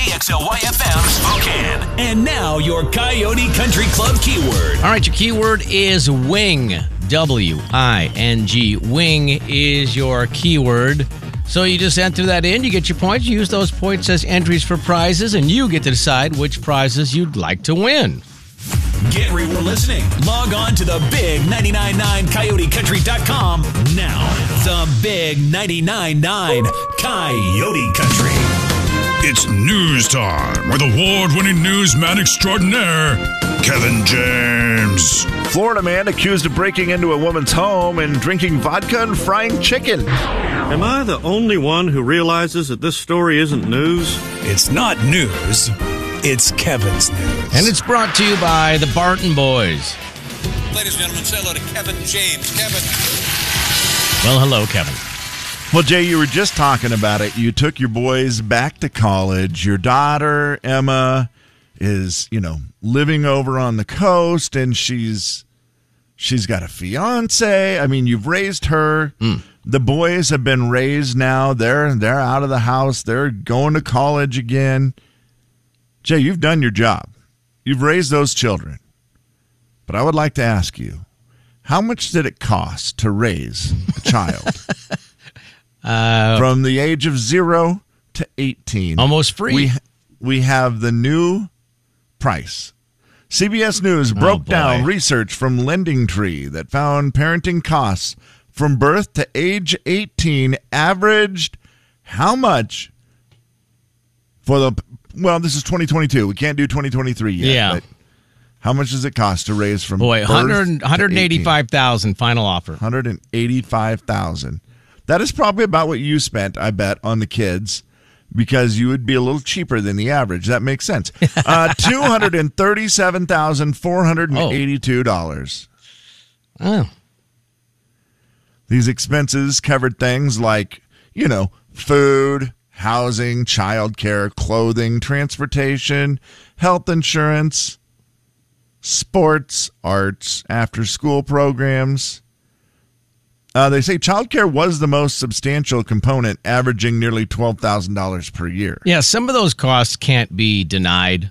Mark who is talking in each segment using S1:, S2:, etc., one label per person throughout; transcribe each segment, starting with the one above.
S1: KXLYFM Spokane. And now your Coyote Country Club keyword.
S2: All right, your keyword is wing. W I N G. Wing is your keyword. So you just enter that in, you get your points, you use those points as entries for prizes, and you get to decide which prizes you'd like to win.
S1: Get re listening. Log on to the big 999 coyotecountry.com now. The big 999 Coyote Country.
S3: It's news time with award winning newsman extraordinaire, Kevin James.
S4: Florida man accused of breaking into a woman's home and drinking vodka and frying chicken.
S5: Am I the only one who realizes that this story isn't news?
S6: It's not news. It's Kevin's news.
S2: And it's brought to you by the Barton Boys.
S7: Ladies and gentlemen, say hello to Kevin James. Kevin.
S2: Well, hello, Kevin.
S4: Well, Jay, you were just talking about it. You took your boys back to college. Your daughter, Emma, is, you know, living over on the coast and she's she's got a fiance. I mean, you've raised her. The boys have been raised now. They're they're out of the house. They're going to college again. Jay, you've done your job. You've raised those children. But I would like to ask you, how much did it cost to raise a child? From the age of 0 to 18.
S2: Almost free.
S4: We we have the new price. CBS News broke
S2: Oh, boy.
S4: down research from Lending Tree that found parenting costs from birth to age 18 averaged how much for the well this is 2022 we can't do 2023 yet
S2: Yeah.
S4: but how much does it cost to raise from
S2: Boy,
S4: birth
S2: 100,
S4: to
S2: 185,000 final offer.
S4: 185,000. That is probably about what you spent, I bet, on the kids because you would be a little cheaper than the average. That makes sense. Uh, $237,482.
S2: Oh,
S4: These expenses covered things like, you know, food, housing, childcare, clothing, transportation, health insurance, sports, arts, after school programs. Uh, they say childcare was the most substantial component, averaging nearly $12,000 per year.
S2: yeah. Some of those costs can't be denied,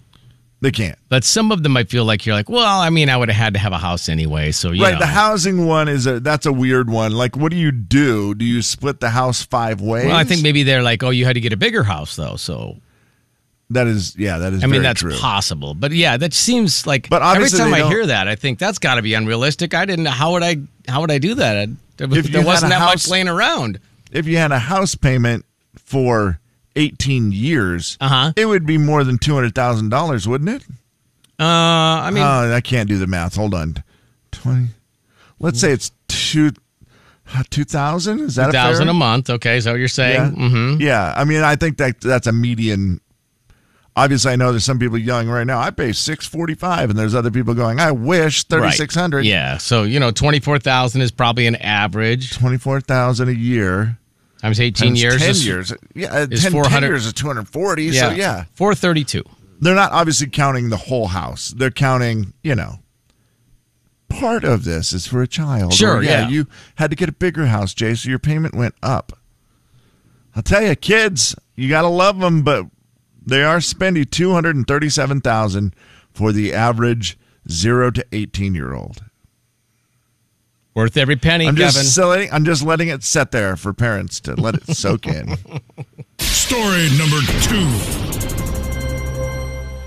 S4: They can't.
S2: but some of them I feel like you're like, well, I mean, I would have had to have a house anyway. So, you
S4: Right,
S2: know.
S4: the housing one is a that's a weird one. Like, what do you do? Do you split the house five ways?
S2: Well, I think maybe they're like, oh, you had to get a bigger house though. So
S4: that is yeah, that is.
S2: I mean,
S4: very
S2: that's
S4: true.
S2: possible. But yeah, that seems like.
S4: But
S2: every
S4: obviously
S2: time
S4: they
S2: I
S4: don't-
S2: hear that, I think that's got to be unrealistic. I didn't. How would I? How would I do that? I, there
S4: If you
S2: there
S4: had
S2: wasn't
S4: a
S2: that
S4: house-
S2: much laying around.
S4: if you had a house payment for 18 years,
S2: Uh-huh.
S4: it would be more than $200,000, wouldn't it?
S2: Uh, I mean,
S4: Uh, I can't do the math. Hold on. 20. Let's say it's two, 2000. Is that a fair-
S2: thousand a month. Okay, is that what you're
S4: Yeah.
S2: saying? Mm-hmm.
S4: yeah. I mean, I think that that's a median. Obviously, I know there's some people yelling right now. I pay 645 and there's other people going, I wish 3600.
S2: Right. Yeah. So you know, twenty four thousand is probably an average
S4: 24,000 a year.
S2: times eighteen
S4: times
S2: years.
S4: 10
S2: is,
S4: years. Yeah,
S2: is
S4: 10, 10
S2: 400
S4: years is 240.
S2: Yeah.
S4: So, yeah.
S2: Four thirty two.
S4: they're not obviously counting the whole house. They're counting, you know, part of this is for a child.
S2: Sure, yeah.
S4: You had to get a bigger house, Jay, so your payment went up. I'll tell you, kids, you got to love them, but they are spending 237000 for the average 0 to 18 year old.
S2: Worth every penny,
S4: I'm
S2: Kevin.
S4: just letting, I'm just letting it sit there for parents to let it soak in.
S3: Story number two.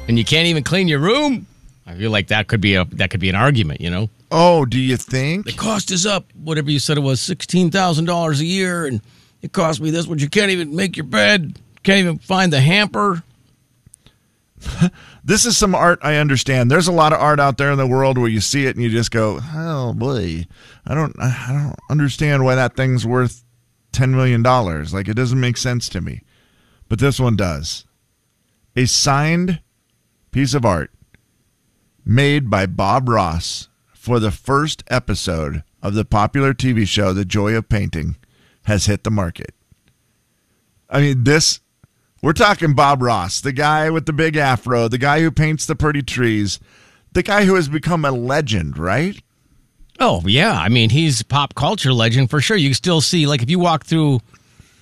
S2: and you can't even clean your room. I feel like that could be a that could be an argument. You know.
S4: Oh, do you think?
S2: the cost is up. Whatever you said it was, sixteen thousand dollars a year, and it cost me this. But you can't even make your bed. Can't even find the hamper.
S4: this is some art I understand. There's a lot of art out there in the world where you see it and you just go, "Oh boy, I don't, I don't understand why that thing's worth ten million dollars. Like it doesn't make sense to me." But this one does. A signed piece of art made by Bob Ross for the first episode of the popular TV show The Joy of Painting has hit the market. I mean, this we're talking Bob Ross, the guy with the big afro, the guy who paints the pretty trees, the guy who has become a legend, right?
S2: Oh yeah, I mean he's a pop culture legend for sure. You still see like if you walk through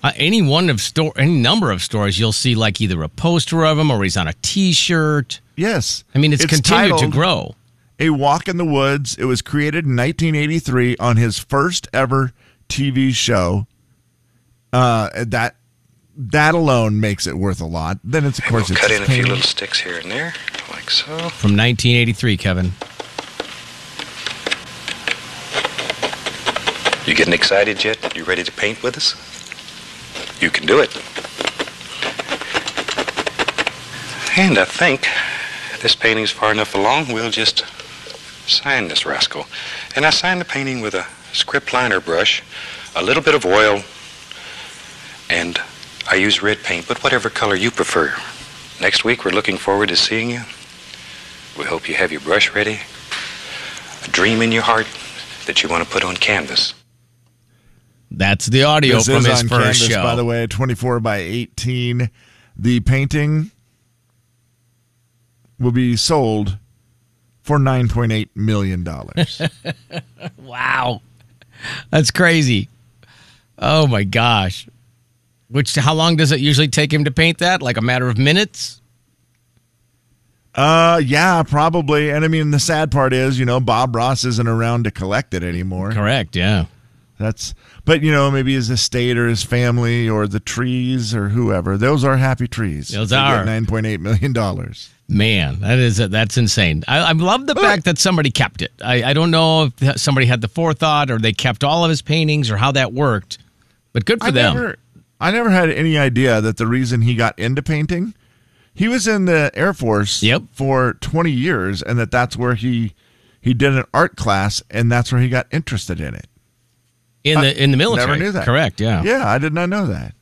S2: Uh, any one of store, any number of stories, you'll see like either a poster of him or he's on a T-shirt.
S4: Yes.
S2: I mean, it's, continued
S4: titled
S2: to grow.
S4: A Walk in the Woods. It was created in 1983 on his first ever TV show. Uh, that that alone makes it worth a lot. Then it's of course it's
S8: Cut in a few
S4: painted-
S8: little sticks here and there, like so.
S2: from 1983, Kevin.
S8: You getting excited yet? You ready to paint with us? You can do it. And I think this painting's far enough along, we'll just sign this rascal. And I signed the painting with a script liner brush, a little bit of oil, and I use red paint, but whatever color you prefer. Next week, we're looking forward to seeing you. We hope you have your brush ready, a dream in your heart that you want to put on canvas.
S2: That's the audio
S4: This
S2: from
S4: is
S2: his
S4: on
S2: first
S4: canvas,
S2: show.
S4: by the way, 24 by 18. The painting will be sold for 9.8 million dollars.
S2: Wow, that's crazy. Oh my gosh. Which how long does it usually take him to paint that? Like a matter of minutes?
S4: uh, yeah, probably. And I mean, the sad part is, you know, Bob Ross isn't around to collect it anymore.
S2: Correct. Yeah.
S4: That's, but you know, maybe his estate or his family or the trees or whoever. Those are happy trees.
S2: Those
S4: They get
S2: are.
S4: 9.8 million dollars.
S2: Man, that is that's insane. I, I love the fact that somebody kept it. I, I don't know if somebody had the forethought or they kept all of his paintings or how that worked, but good for
S4: I
S2: them.
S4: Never, I never had any idea that the reason he got into painting, he was in the Air Force
S2: Yep.
S4: for 20 years, and that that's where he he did an art class, and that's where he got interested in it.
S2: in the in the military.
S4: Never knew that.
S2: Correct. Yeah.
S4: Yeah, I did not know that.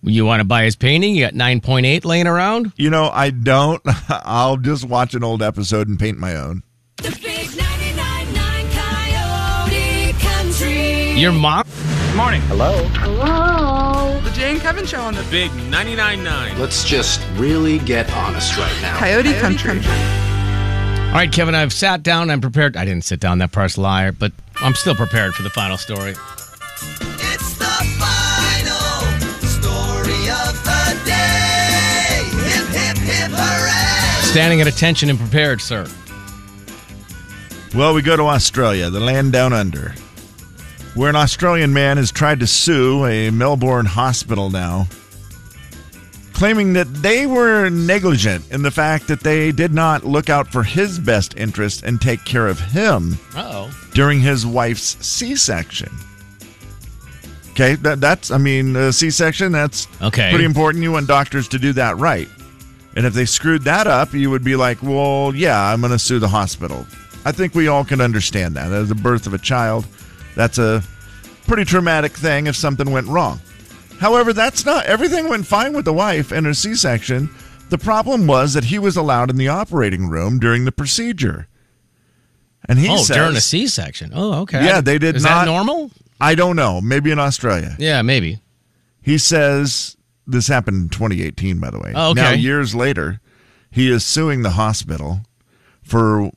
S2: You want to buy his painting? You got nine point eight laying around.
S4: You know, I don't. I'll just watch an old episode and paint my own.
S9: The big 99.9 Coyote Country.
S2: Your mom.
S10: Morning.
S9: Hello.
S10: The Jay and Kevin Show on the Big 99.9.
S11: Let's just really get honest right now.
S10: Coyote, Country.
S2: All right, Kevin. I've sat down. I'm prepared. I didn't sit down. That part's a liar. But I'm still prepared for the final story.
S9: It's the final story of the day. Hip, hip, hip, hooray.
S2: Standing at attention and prepared, sir.
S4: Well, we go to Australia, the land down under, where an Australian man has tried to sue a Melbourne hospital now, claiming that they were negligent in the fact that they did not look out for his best interest and take care of him
S2: Oh,
S4: during his wife's C section. Okay, that, that's, I mean, uh, C section, that's
S2: Okay.
S4: pretty important. You want doctors to do that right. And if they screwed that up, you would be like, well, yeah, I'm going to sue the hospital. I think we all can understand that. As the birth of a child, that's a pretty traumatic thing if something went wrong. However, that's not everything went fine with the wife and her C section. The problem was that he was allowed in the operating room during the procedure. And he
S2: oh,
S4: says,
S2: during a C-section. Oh, okay.
S4: Yeah, they did
S2: Is
S4: not-
S2: that normal?
S4: I don't know. Maybe in Australia.
S2: Yeah, maybe.
S4: He says this happened in 2018, by the way.
S2: Oh, okay.
S4: Now, years later, he is suing the hospital for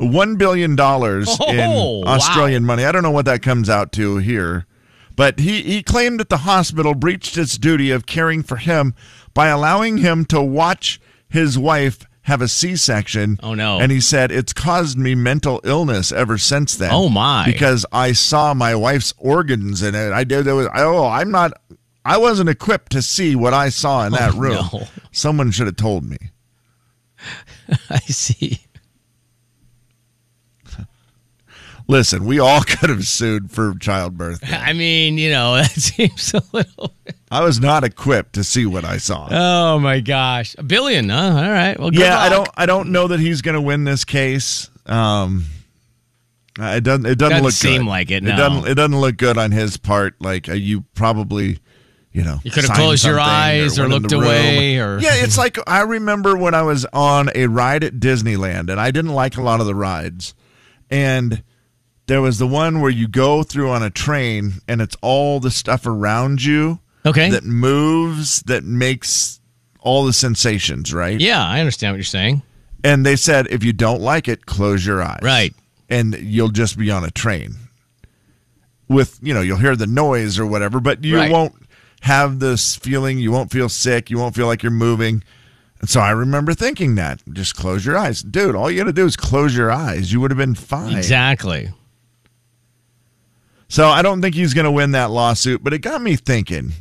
S4: $1 billion
S2: Oh,
S4: in
S2: wow.
S4: Australian money. I don't know what that comes out to here, but he, he claimed that the hospital breached its duty of caring for him by allowing him to watch his wife have a C section.
S2: Oh, no.
S4: And he said, It's caused me mental illness ever since then.
S2: Oh, my.
S4: Because I saw my wife's organs in it. I did. There was. Oh, I'm not. I wasn't equipped to see what I saw in that
S2: Oh,
S4: room.
S2: no.
S4: Someone should have told me.
S2: I see.
S4: Listen, we all could have sued for childbirth.
S2: I mean, you know, that seems a little.
S4: I was not equipped to see what I saw.
S2: Oh my gosh, a billion, huh? All right. Well, good
S4: yeah, I
S2: luck.
S4: don't. I don't know that he's going to win this case. Um, uh, it doesn't. It doesn't,
S2: Doesn't
S4: look
S2: seem
S4: good.
S2: like it, no.
S4: It doesn't. It doesn't look good on his part. Like uh, you probably, you know,
S2: You could have
S4: signed
S2: closed your
S4: something
S2: eyes or
S4: went in
S2: looked
S4: the room.
S2: away or-
S4: yeah. It's like I remember when I was on a ride at Disneyland, and I didn't like a lot of the rides, and there was the one where you go through on a train, and it's all the stuff around you
S2: Okay.
S4: that moves that makes all the sensations, right?
S2: yeah, I understand what you're saying.
S4: And they said, if you don't like it, close your eyes.
S2: Right.
S4: And you'll just be on a train. with you know you'll hear the noise or whatever, but you
S2: Right.
S4: won't have this feeling. You won't feel sick. You won't feel like you're moving. And so I remember thinking that just close your eyes, dude. All you got to do is close your eyes. You would have been fine.
S2: Exactly.
S4: So I don't think he's going to win that lawsuit, but it got me thinking.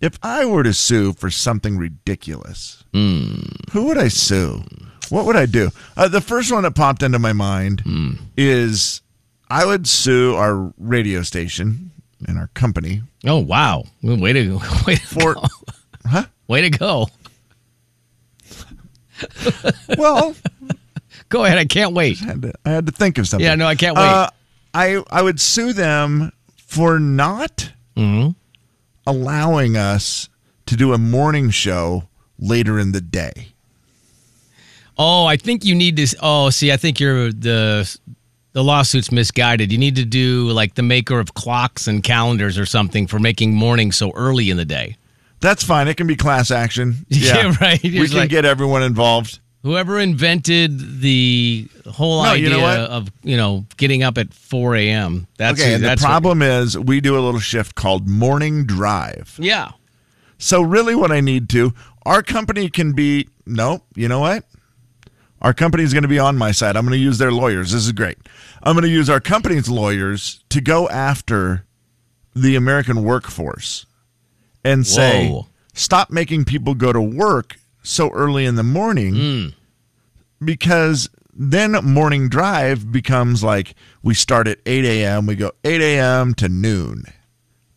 S4: If I were to sue for something ridiculous,
S2: Hmm.
S4: who would I sue? What would I do? Uh, the first one that popped into my mind
S2: Hmm.
S4: is I would sue our radio station and our company
S2: Oh wow! Well, Way to way to
S4: for. huh?
S2: way to go!
S4: Well,
S2: Go ahead. I can't wait.
S4: I had to, I had to think of something.
S2: Yeah, no, I can't wait.
S4: Uh, I I would sue them for not
S2: Mm-hmm.
S4: allowing us to do a morning show later in the day.
S2: Oh, I think you need to. Oh, see, I think you're the the lawsuit's misguided. You need to do like the maker of clocks and calendars or something for making morning so early in the day.
S4: That's fine. It can be class action.
S2: Yeah, right.
S4: We
S2: It's
S4: can
S2: like-
S4: get everyone involved.
S2: Whoever invented the whole
S4: No,
S2: idea
S4: you know what?
S2: of you know getting up at four a.m. That's
S4: okay.
S2: who-
S4: and the
S2: that's what-
S4: problem is we do a little shift called morning drive.
S2: yeah,
S4: So really, what I need to our company can be no. You know what? Our company's going to be on my side. I'm going to use their lawyers. This is great. I'm going to use our company's lawyers to go after the American workforce and say,
S2: Whoa.
S4: stop making people go to work so early in the morning because then morning drive becomes like we start at 8 a.m., we go 8 a.m. to noon.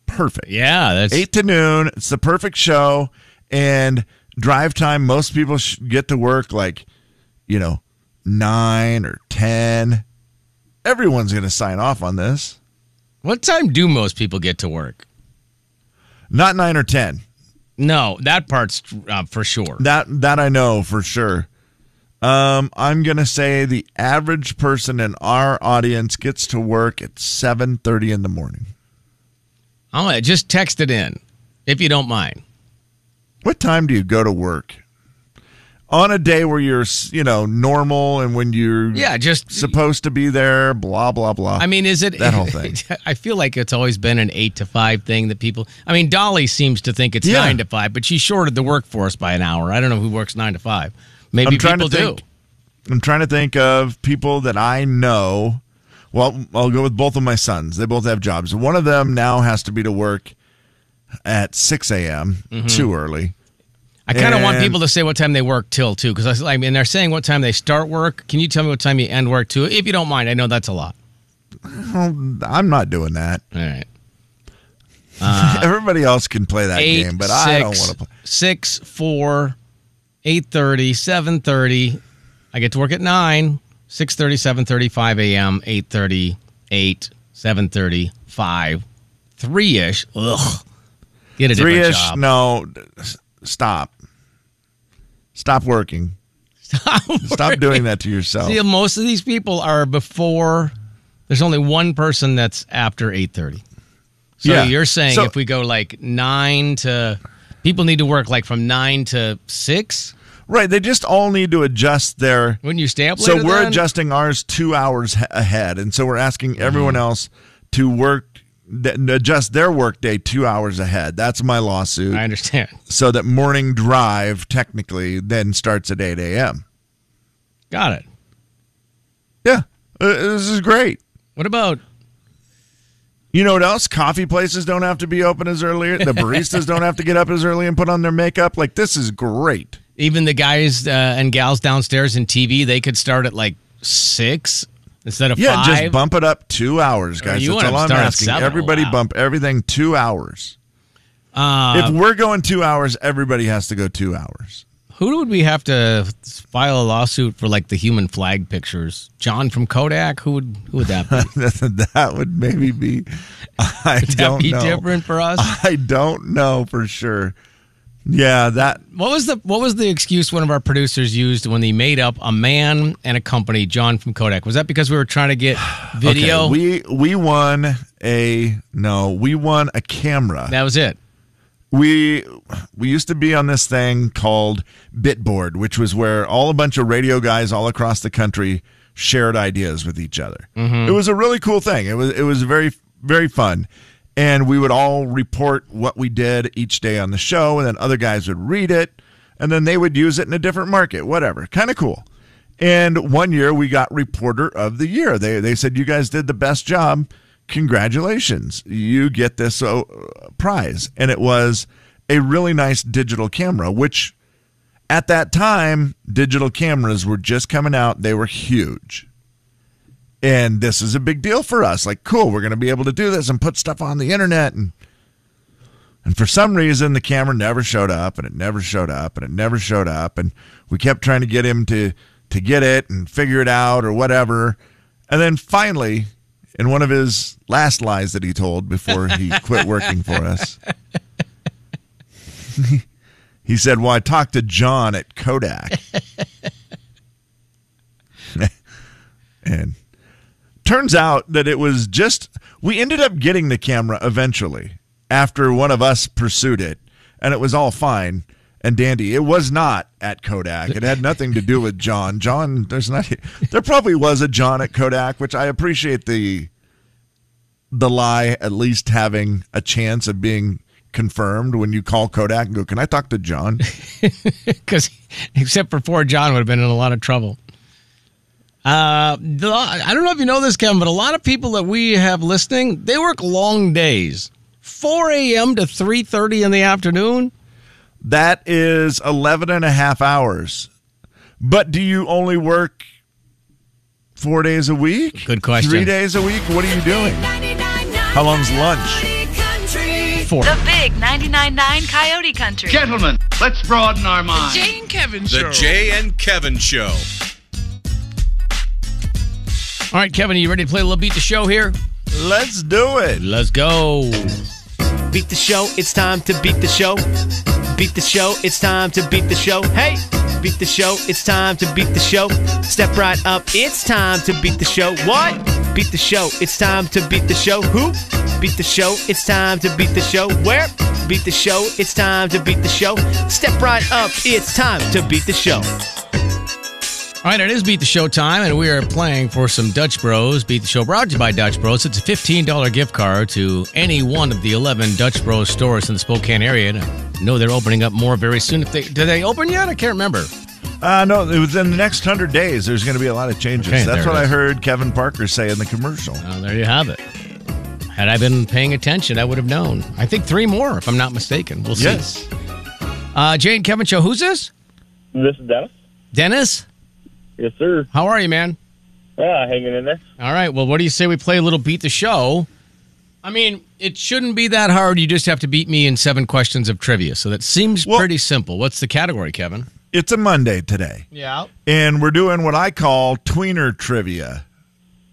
S4: Perfect.
S2: yeah. That's
S4: 8 to noon. It's the perfect show. And drive time, most people sh- get to work like, you know, 9 or 10. Everyone's going to sign off on this.
S2: what time do most people get to work?
S4: Not 9 or 10.
S2: No, that part's uh, for sure.
S4: That that I know for sure. Um, I'm gonna say the average person in our audience gets to work at 7:30 in the morning.
S2: I'm gonna just text it in, if you don't mind.
S4: What time do you go to work? On a day where you're, s- you know, normal and when you're
S2: Yeah, just
S4: supposed to be there, blah blah blah.
S2: I mean, is it
S4: That whole thing.
S2: I feel like it's always been an eight to five thing that people. I mean, Dolly seems to think it's
S4: Yeah.
S2: nine to five, but she shorted the workforce by an hour. I don't know who works nine to five. Maybe
S4: I'm trying
S2: people
S4: to think.
S2: do.
S4: I'm trying to think of people that I know. Well, I'll go with both of my sons. They both have jobs. One of them now has to be to work at 6 a.m.
S2: Mm-hmm.
S4: too early.
S2: I kind of want
S4: And-
S2: people to say what time they work till too, because I, I mean, they're saying what time they start work. Can you tell me what time you end work too, if you don't mind? I know that's a lot.
S4: Well, I'm not doing that.
S2: All right,
S4: Everybody else can play that
S2: Uh-huh. eight,
S4: game, but I don't
S2: six,
S4: want to play.
S2: six, four, eight thirty, seven thirty. I get to work at nine, six thirty, seven thirty, five a.m., eight thirty, eight, seven thirty, five, three ish. Ugh. Get a
S4: Three
S2: different
S4: ish?
S2: job.
S4: No, s- stop. Stop working. Stop. doing that to yourself.
S2: See, most of these people are before. There's only one person that's after eight thirty. So
S4: Yeah.
S2: you're saying
S4: So-
S2: if we go like nine to, people need to work like from nine to six.
S4: Right? They just all need to adjust their.
S2: Wouldn't you stay up
S4: So
S2: later?
S4: we're
S2: then?
S4: adjusting ours two hours h- ahead, and so we're asking everyone else to work th- adjust their work day two hours ahead. That's my lawsuit.
S2: I understand.
S4: So that morning drive technically then starts at eight a.m.
S2: Got it.
S4: Yeah, Uh, this is great.
S2: What about
S4: You know what else? Coffee places don't have to be open as early. The baristas don't have to get up as early and put on their makeup. Like this is great.
S2: even the guys uh, and gals downstairs in TV? They could start at like six instead of
S4: Yeah,
S2: five.
S4: just bump it up two hours, guys.
S2: you
S4: That's
S2: want them to
S4: all I'm
S2: start at
S4: asking.
S2: seven.
S4: Everybody
S2: Wow.
S4: bump everything two hours.
S2: Uh,
S4: if we're going two hours, everybody has to go two hours.
S2: who would we have to file a lawsuit for like the human flag pictures? John from Kodak? Who would who would that be?
S4: that would maybe be. I
S2: Would that
S4: don't
S2: be
S4: know.
S2: different for us?
S4: I don't know for sure. Yeah, that
S2: What was the what was the excuse one of our producers used when they made up a man and a company, John from Kodak? Was that because we were trying to get video?
S4: Okay, we we won a no. We won a camera.
S2: that was it.
S4: we we used to be on this thing called Bitboard, which was where all a bunch of radio guys all across the country shared ideas with each other. It was a really cool thing. It was it was very very fun. And we would all report what we did each day on the show, and then other guys would read it, and then they would use it in a different market, whatever. Kind of cool. And one year we got reporter of the year. They they said you guys did the best job. Congratulations. You get this uh, prize. And it was a really nice digital camera which at that time digital cameras were just coming out. They were huge. And this is a big deal for us. Like cool, we're going to be able to do this and put stuff on the internet and and for some reason, the camera never showed up, and it never showed up, and it never showed up, and we kept trying to get him to to get it and figure it out or whatever. And then finally, in one of his last lies that he told before he quit working for us, he said, "Well, I talked to John at Kodak." and turns out that it was just we ended up getting the camera eventually after one of us pursued it and it was all fine and dandy it was not at kodak it had nothing to do with john john there's not there probably was a john at kodak which i appreciate the the lie at least having a chance of being confirmed when you call kodak and go can i talk to john
S2: Because except for poor John would have been in a lot of trouble. Uh, the- I don't know if you know this, Kevin, but a lot of people that we have listening, they work long days, 4 a.m. to 3:30 in the afternoon.
S4: That is 11 and a half hours. But do you only work four days a week?
S2: Good question.
S4: Three days a week? What are you doing? How long's lunch? Four.
S12: The Big 99.9 Coyote Country.
S13: Gentlemen, let's broaden our minds.
S12: Jane Kevin
S7: The Jay and Kevin Show.
S2: All right, Kevin, are you ready to play a little beat the show here?
S4: Let's do it.
S2: Let's go.
S14: Beat the show, it's time to beat the show. Beat the show, it's time to beat the show. Hey! Beat the show, it's time to beat the show. Step right up, it's time to beat the show. What? Beat the show, it's time to beat the show. Who? Beat the show, it's time to beat the show. Where? Beat the show, it's time to beat the show. Step right up, it's time to beat the show.
S2: All right, it is Beat the Show time, and we are playing for some Dutch Bros. Beat the Show brought to you by Dutch Bros. It's a $15 gift card to any one of the 11 Dutch Bros stores in the Spokane area. And I know they're opening up more very soon. If they Do they open yet? I can't remember.
S4: Uh, no, within the next 100 days, there's going to be a lot of changes.
S2: Okay,
S4: That's
S2: there
S4: what
S2: it
S4: I
S2: is. Ah,
S4: heard Kevin Parker say in the commercial.
S2: Well, Oh, there you have it. Had I been paying attention, I would have known. I think three more, if I'm not mistaken. We'll see.
S4: Yes.
S2: Uh, Jane Kevin Show, who's this?
S15: This is Dennis.
S2: Dennis?
S15: Yes, sir.
S2: How are you, man?
S15: Yeah, hanging in there.
S2: All right. Well, what do you say we play a little beat the show? I mean, it shouldn't be that hard. You just have to beat me in seven questions of trivia. So that seems pretty simple. What's the category, Kevin?
S4: It's a Monday today,
S2: Yeah.
S4: and we're doing what I call tweener trivia.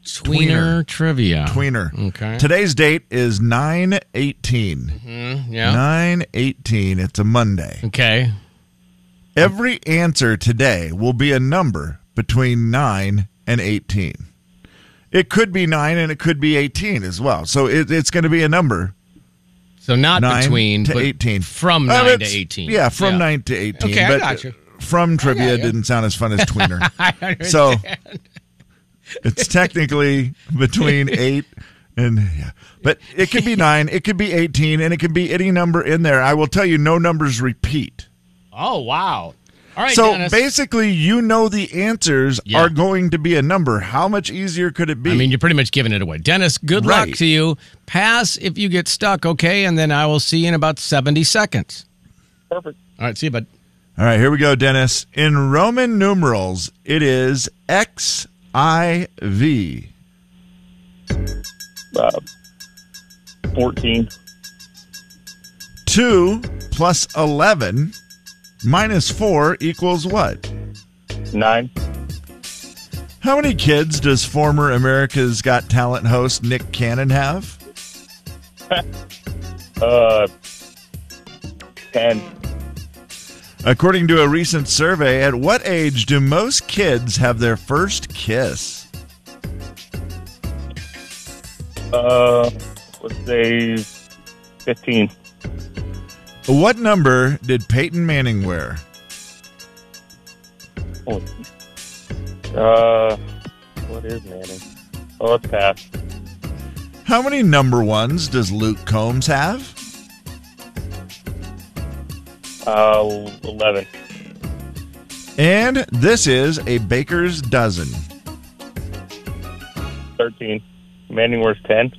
S2: Tweener, trivia.
S4: Tweener.
S2: Okay.
S4: Today's date is 9 18.
S2: Mm, yeah.
S4: 9 18. It's a Monday.
S2: Okay.
S4: Every answer today will be a number between 9 and 18. It could be 9 and it could be 18 as well. So it, it's going to be a number.
S2: So not between,
S4: to
S2: but
S4: 18.
S2: from
S4: Uh,
S2: 9 to
S4: it's-
S2: 18.
S4: Yeah, from
S2: Yeah.
S4: 9 to 18.
S2: Okay, I
S4: but
S2: got you.
S4: From trivia
S2: you.
S4: didn't sound as fun as tweener.
S2: I
S4: So-
S2: understand.
S4: it's technically between 8 and yeah. But it could be 9, it could be 18 and it could be any number in there. I will tell you no numbers repeat.
S2: Oh, wow. All right,
S4: so
S2: Dennis.
S4: basically, you know the answers are going to be a number. How much easier could it be?
S2: I mean, you're pretty much giving it away. Dennis, good
S4: Right.
S2: luck to you. Pass if you get stuck, okay? And then I will see you in about 70 seconds.
S15: Perfect.
S2: All right, see you, bud.
S4: All right, here we go, Dennis. In Roman numerals, it is XIV.
S15: Uh, 14.
S4: 2 plus 11 minus 4 equals what?
S15: 9.
S4: How many kids does former America's Got Talent host Nick Cannon have?
S15: Uh, 10.
S4: According to a recent survey, at what age do most kids have their first kiss?
S15: Uh, let's say 15.
S4: What number did Peyton Manning wear?
S15: Uh, what is Manning? Oh, let's pass.
S4: How many number ones does Luke Combs have?
S15: Uh, 11.
S4: And this is a baker's dozen.
S15: 13. Manning was 10.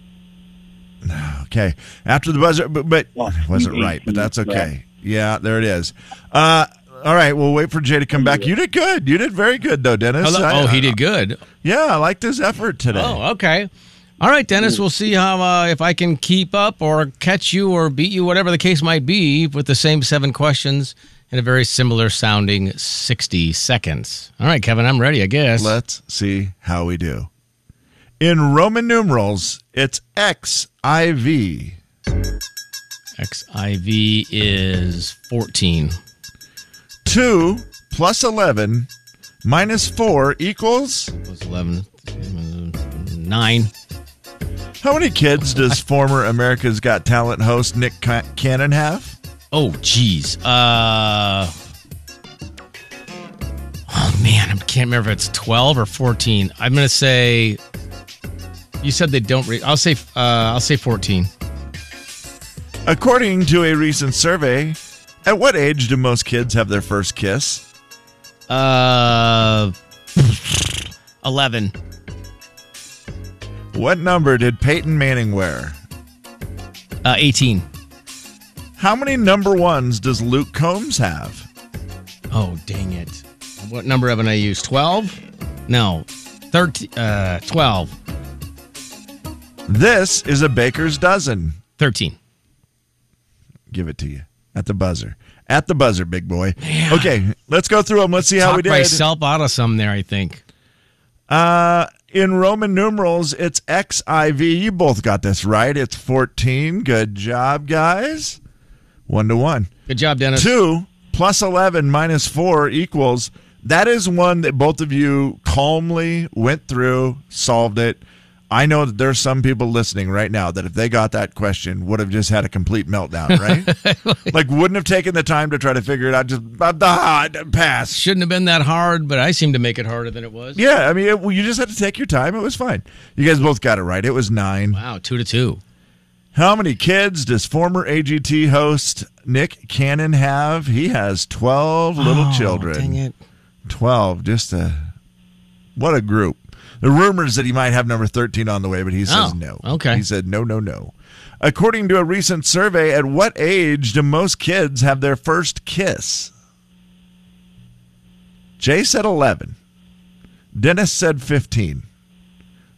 S4: Okay. After the buzzer, but, but it wasn't right, but that's okay. Yeah, there it is. Uh, all right, we'll wait for Jay to come back. You did good. You did very good, though, Dennis.
S2: Hello-
S4: I-
S2: oh, he did good.
S4: Yeah, I liked his effort today.
S2: Oh, okay. All right, Dennis. We'll see how uh, if I can keep up or catch you or beat you, whatever the case might be, with the same seven questions in a very similar sounding sixty seconds. All right, Kevin, I'm ready. I guess.
S4: Let's see how we do. In Roman numerals, it's XIV.
S2: XIV is fourteen.
S4: 2 plus 11 minus 4 equals
S2: Plus eleven. Nine.
S4: How many kids does former America's Got Talent host Nick Ca- Cannon have?
S2: Oh, geez. Uh. Oh man, I can't remember if it's twelve or fourteen. I'm gonna say. You said they don't read. I'll say. Uh, I'll say fourteen.
S4: According to a recent survey, at what age do most kids have their first kiss?
S2: Uh, eleven.
S4: What number did Peyton Manning wear?
S2: Uh, Eighteen.
S4: How many number ones does Luke Combs have?
S2: Oh dang it! What number haven't I used? Twelve? No, thirteen. Uh, twelve.
S4: This is a baker's dozen.
S2: Thirteen.
S4: Give it to you at the buzzer. At the buzzer, big boy. Okay, let's go through them. Let's see how
S2: Talked
S4: we did.
S2: myself out of some there. I think.
S4: Uh, in Roman numerals, it's XIV. You both got this right. It's 14. Good job, guys. One to one.
S2: Good job, Dennis.
S4: Two plus 11 minus four equals. That is one that both of you calmly went through, solved it. I know that there's some people listening right now that if they got that question, would have just had a complete meltdown, right? like, wouldn't have taken the time to try to figure it out. Just ah, pass.
S2: Shouldn't have been that hard, but I seem to make it harder than it was.
S4: Yeah, I mean, it, well, you just had to take your time. It was fine. You guys both got it right. It was nine.
S2: Wow, two to two.
S4: How many kids does former AGT host Nick Cannon have? He has 12 little
S2: Oh,
S4: children.
S2: Dang it.
S4: 12, just a. What a group. The rumors that he might have number 13 on the way, but he
S2: Oh,
S4: says no.
S2: okay.
S4: He said no, no, no. According to a recent survey, at what age do most kids have their first kiss? Jay said 11. Dennis said 15.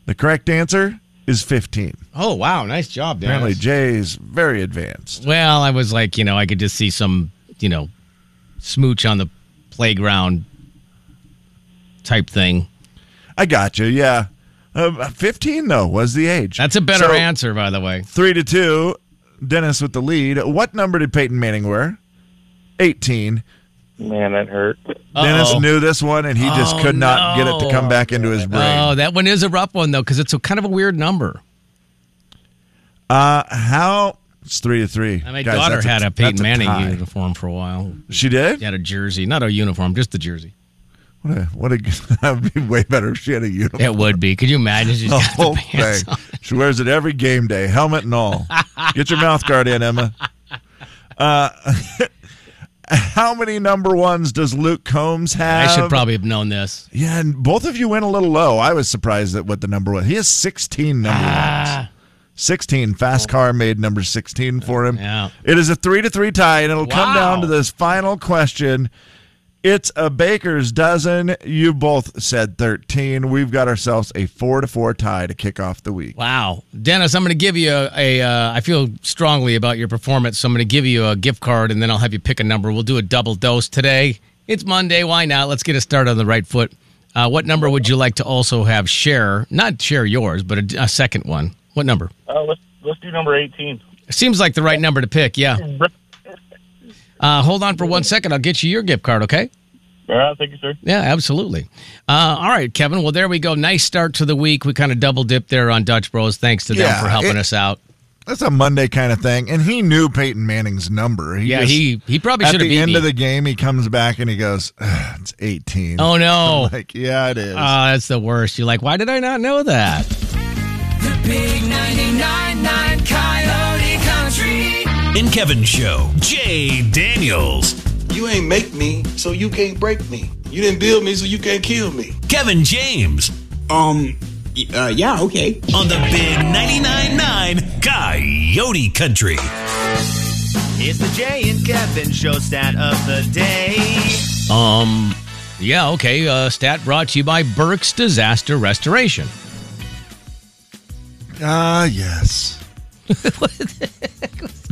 S4: The correct answer is 15.
S2: Oh wow, nice job, Dennis.
S4: Apparently, Jay's very advanced.
S2: Well, I was like, you know, I could just see some, you know, smooch on the playground type thing.
S4: I got you. Yeah. Um, 15, though, was the age.
S2: That's a better
S4: So,
S2: answer, by the way.
S4: Three to two. Dennis with the lead. What number did Peyton Manning wear? 18.
S15: Man, that hurt.
S2: Uh-oh.
S4: Dennis knew this one, and he just
S2: Oh,
S4: could not get it to come
S2: no.
S4: back into his brain.
S2: Oh, that one is a rough one though, because it's a kind of a weird number.
S4: Uh, how? It's three to three.
S2: And my
S4: Guys,
S2: daughter
S4: that's
S2: had a Peyton
S4: that's
S2: Manning
S4: tie.
S2: uniform for a while.
S4: She did.
S2: She had a jersey, not a uniform, just the jersey.
S4: What a what a. that would be way better if she had a uniform.
S2: It would be. Could you imagine? She's
S4: the
S2: got the
S4: whole
S2: pants
S4: thing. She wears it every game day, helmet and all. Get your mouth guard in, Emma. Uh, how many number ones does Luke Combs
S2: on.
S4: have?
S2: I should probably have known this.
S4: Yeah, and both of you went a little low. I was surprised at what the number was. He has 16 number
S2: Ah.
S4: ones. 16. Fast Car made number 16 for him.
S2: Yeah.
S4: It is a three to three tie, and it'll come
S2: Wow.
S4: down to this final question. It's a baker's dozen. You both said 13. We've got ourselves a four to four tie to kick off the week.
S2: Wow, Dennis, I'm going to give you a. a uh, I feel strongly about your performance, so I'm going to give you a gift card, and then I'll have you pick a number. We'll do a double dose today. It's Monday. Why not? Let's get a start on the right foot. Uh, what number would you like to also have share? Not share yours, but a, a second one. What number?
S15: Uh, let's, let's do number 18.
S2: Seems like the right number to pick. Yeah. Uh, hold on for one second. I'll get you your gift card. Okay.
S15: All right, thank you, sir.
S2: Yeah, absolutely. Uh, all right, Kevin. Well, there we go. Nice start to the week. We kind of double dipped there on Dutch Bros. Thanks to them
S4: Yeah,
S2: for helping
S4: it-
S2: us out.
S4: That's a Monday kind of thing. And he knew Peyton Manning's number. He
S2: Yeah,
S4: just-
S2: he he probably
S4: At
S2: should have
S4: the
S2: beat
S4: end
S2: me.
S4: of the game, he comes back and he goes, "Ugh, It's 18.
S2: oh no. Ah,
S4: Like, yeah, it
S2: Oh,
S4: is.
S2: that's the worst. You're like, why did I not know that?
S9: The big 999 999 Coyote Country.
S1: In Kevin Show, Jay Daniels.
S16: You ain't make me, so you can't break me. You didn't build me, so you can't kill me.
S1: Kevin James.
S17: Um, uh, yeah, okay.
S1: On the big 99.9 Coyote Country.
S14: It's the Jay and Kevin show stat of the day.
S2: Um, yeah, okay. Uh, stat brought to you by Burke's Disaster Restoration.
S4: Ah, yes.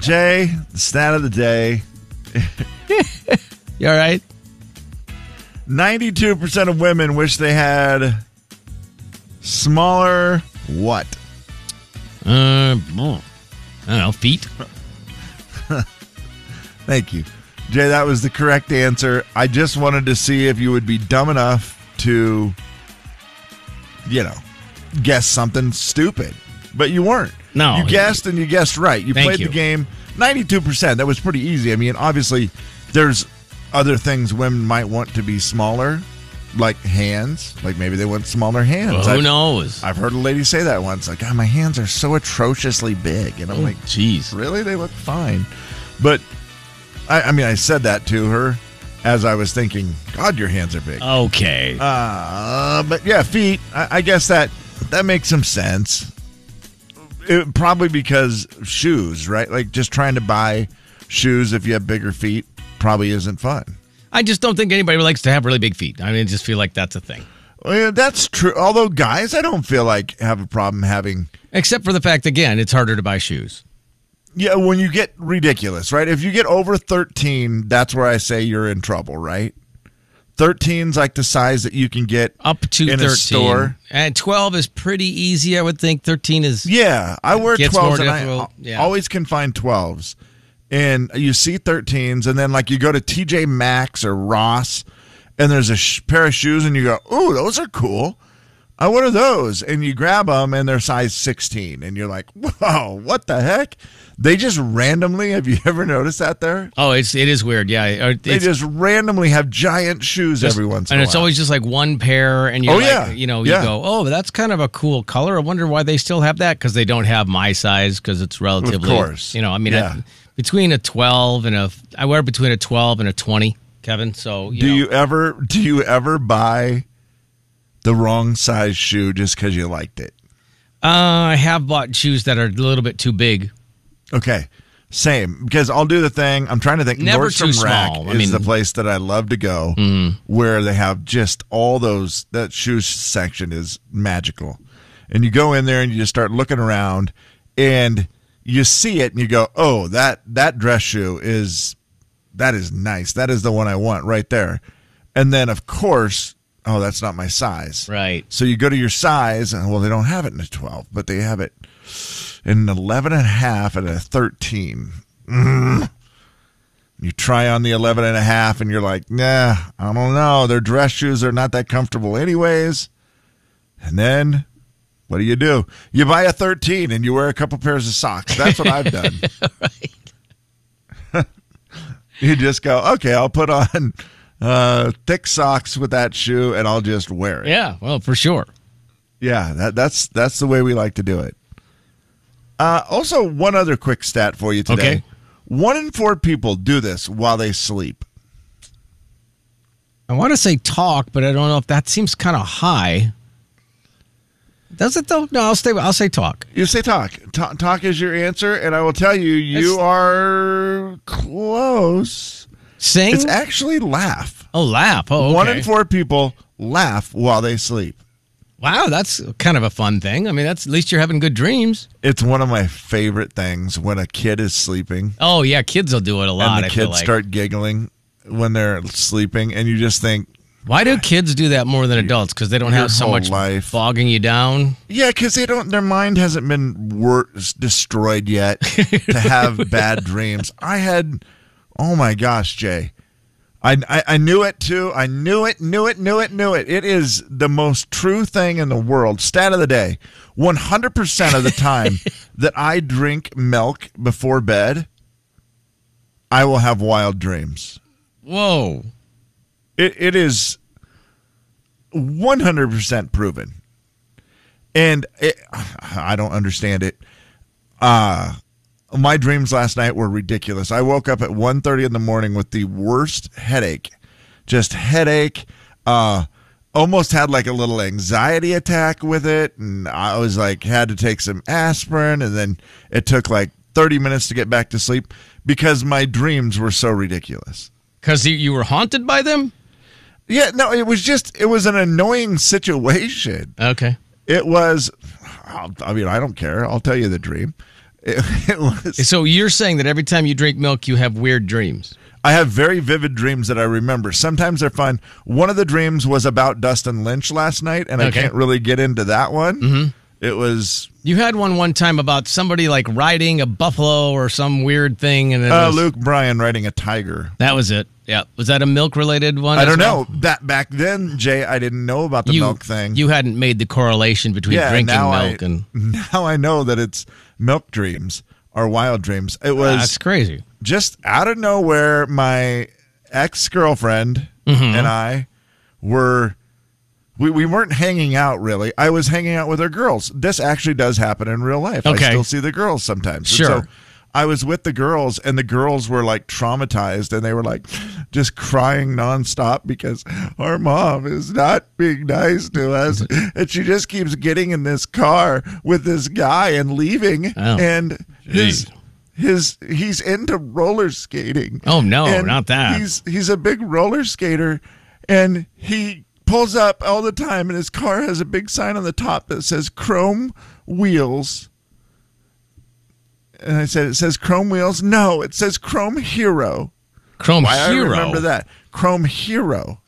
S4: Jay, the stat of the day.
S2: you all right?
S4: 92% of women wish they had smaller what?
S2: Uh, oh, I don't know, feet.
S4: Thank you. Jay, that was the correct answer. I just wanted to see if you would be dumb enough to, you know, guess something stupid. But you weren't.
S2: No.
S4: You guessed and you guessed right. You
S2: Thank
S4: played
S2: you.
S4: the game 92%. That was pretty easy. I mean, obviously, there's other things women might want to be smaller, like hands. Like maybe they want smaller hands.
S2: Well, who knows?
S4: I've heard a lady say that once. Like, God, my hands are so atrociously big. And I'm
S2: Oh,
S4: like,
S2: jeez.
S4: Really? They look fine. But I, I mean, I said that to her as I was thinking, God, your hands are big.
S2: Okay.
S4: Uh, but yeah, feet. I, I guess that that makes some sense. It, probably because shoes, right? Like just trying to buy shoes if you have bigger feet probably isn't fun.
S2: I just don't think anybody likes to have really big feet. I mean, I just feel like that's a thing.
S4: Well, yeah, that's true. Although guys, I don't feel like have a problem having.
S2: Except for the fact, again, it's harder to buy shoes.
S4: Yeah, when you get ridiculous, right? If you get over thirteen, that's where I say you're in trouble, right? 13's like the size that you can get
S2: Up to
S4: in
S2: 13.
S4: a store.
S2: And 12 is pretty easy, I would think. 13 is.
S4: Yeah, I wear
S2: Gets more
S4: twelves, and I
S2: difficult,
S4: al-
S2: yeah.
S4: always can find twelves. And you see thirteens, and then like you go to TJ Maxx or Ross, and there's a sh- pair of shoes, and you go, "Ooh, those are cool. I what are those?" And you grab them, and they're size sixteen, and you're like, "Whoa, what the heck?" They just randomly. Have you ever noticed that there?
S2: Oh, it's it is weird. Yeah, or it's,
S4: They just randomly have giant shoes
S2: just-
S4: every once in
S2: and
S4: a
S2: it's
S4: while.
S2: always just like one pair, and you
S4: Oh,
S2: like,
S4: yeah.
S2: you know you
S4: Yeah.
S2: go, oh, that's kind of a cool color. I wonder why they still have that because they don't have my size because it's relatively,
S4: course.
S2: you know. I mean,
S4: Yeah.
S2: I- between a twelve and a, I wear between a twelve and a twenty, Kevin. So you
S4: do
S2: know,
S4: you ever do you ever buy the wrong size shoe just because you liked it?
S2: uh, I have bought shoes that are a little bit too big.
S4: Okay. Same because I'll do the thing. I'm trying to think.
S2: Never
S4: Nordstrom
S2: too
S4: Rack
S2: small. I
S4: is
S2: mean- Mm-hmm.
S4: the place that I love to go, where they have just all those. That shoe section is magical, and you go in there and you just start looking around, and you see it and you go, "Oh, that that dress shoe is that is nice. That is the one I want right there." And then of course, oh, that's not my size.
S2: Right.
S4: So you go to your size, and well, they don't have it in a 12, but they have it in an 11 and a half and a 13. Mm. You try on the 11 and a half, and you're like, nah, I don't know. Their dress shoes are not that comfortable, anyways. And then what do you do? You buy a 13 and you wear a couple pairs of socks. That's what I've done. you just go, okay, I'll put on uh, thick socks with that shoe and I'll just wear it.
S2: Yeah, well, for sure.
S4: Yeah, that, that's that's the way we like to do it. Uh, also, one other quick stat for you today:
S2: Okay.
S4: one in four people do this while they sleep.
S2: I want to say talk, but I don't know if that seems kind of high. Does it though? No, I'll stay. I'll say talk.
S4: You say talk. Ta- talk is your answer, and I will tell you, you
S2: It's-
S4: are close.
S2: Sing.
S4: It's actually laugh.
S2: oh, laugh. Oh, okay.
S4: One in four people laugh while they sleep.
S2: Wow, that's kind of a fun thing. I mean, that's at least you're having good dreams.
S4: It's one of my favorite things when a kid is sleeping
S2: Oh yeah, kids will do it a lot.
S4: and the
S2: I feel
S4: kids
S2: like.
S4: start giggling when they're sleeping, and you just think,
S2: Why do kids do that more than adults? Because they don't
S4: Your
S2: have so
S4: whole
S2: much
S4: life.
S2: bogging you down.
S4: Yeah, because they don't. Their mind hasn't been wor- destroyed yet to have bad dreams. I had, oh my gosh, Jay, I, I I knew it too. I knew it, knew it, knew it, knew it. It is the most true thing in the world. Stat of the day: one hundred percent of the time that I drink milk before bed, I will have wild dreams.
S2: Whoa.
S4: It, it is 100% proven. And it, I don't understand it. Uh my dreams last night were ridiculous. I woke up at 1:30 in the morning with the worst headache. Just headache. Uh almost had like a little anxiety attack with it and I was like had to take some aspirin and then it took like 30 minutes to get back to sleep because my dreams were so ridiculous.
S2: Because you were haunted by them?
S4: Yeah, no, it was just it was an annoying situation.
S2: Okay.
S4: It was I'll, I mean, I don't care. I'll tell you the dream. It, it was
S2: So you're saying that every time you drink milk you have weird dreams?
S4: I have very vivid dreams that I remember. Sometimes they're fun. One of the dreams was about Dustin Lynch last night, and I
S2: Okay.
S4: can't really get into that one. Mm-hmm. It was
S2: You had one one time about somebody like riding a buffalo or some weird thing, and it
S4: uh,
S2: was-
S4: Luke Bryan riding a tiger.
S2: That was it. Yeah, was that a milk related one?
S4: I
S2: as
S4: don't
S2: well?
S4: know. That back then, Jay, I didn't know about the
S2: Oh, you,
S4: milk thing.
S2: You hadn't made the correlation between
S4: yeah,
S2: drinking
S4: now
S2: milk
S4: I,
S2: and
S4: now I know that it's milk dreams or wild dreams. It was
S2: that's crazy.
S4: just out of nowhere, my ex girlfriend
S2: Mm-hmm.
S4: and I were we, we weren't hanging out really. I was hanging out with her girls. This actually does happen in real life.
S2: Okay.
S4: I still see the girls sometimes. And
S2: Sure.
S4: so I was with the girls and the girls were like traumatized and they were like just crying nonstop because our mom is not being nice to us. and she just keeps getting in this car with this guy and leaving.
S2: Oh.
S4: And his
S2: Jeez.
S4: his he's into roller skating.
S2: Oh, no,
S4: And
S2: not that.
S4: He's he's a big roller skater, and he pulls up all the time, and his car has a big sign on the top that says Chrome Wheels. And I said, "It says Chrome Wheels." No, it says Chrome Hero.
S2: Chrome
S4: Why
S2: Hero.
S4: I remember that Chrome Hero.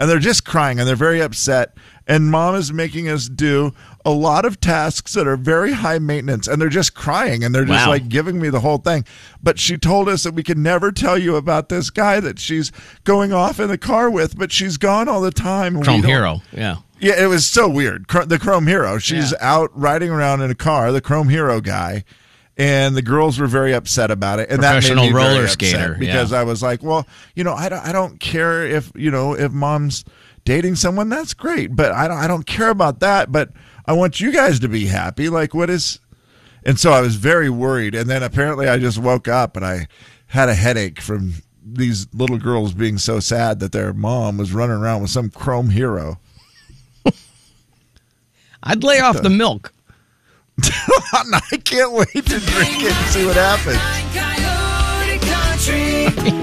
S4: And they're just crying and they're very upset. And mom is making us do a lot of tasks that are very high maintenance. And they're just crying and they're just
S2: Wow.
S4: like giving me the whole thing. But she told us that we could never tell you about this guy that she's going off in the car with, but she's gone all the time. and we
S2: Chrome
S4: don't-
S2: Hero. Yeah.
S4: Yeah, it was so weird. Chr- The Chrome Hero. She's out riding around in a car, the Chrome Hero guy. And the girls were very upset about it, and
S2: Professional
S4: that made me very
S2: roller
S4: upset
S2: skater,
S4: because
S2: yeah.
S4: I was like, well, you know, I don't, I don't care if you know if mom's dating someone, that's great, but I don't, I don't care about that. But I want you guys to be happy. Like, what is? And so I was very worried, and then apparently I just woke up and I had a headache from these little girls being so sad that their mom was running around with some Chrome Hero.
S2: I'd lay off the milk.
S4: I can't wait to drink it and see what happens.
S9: Coyote Country.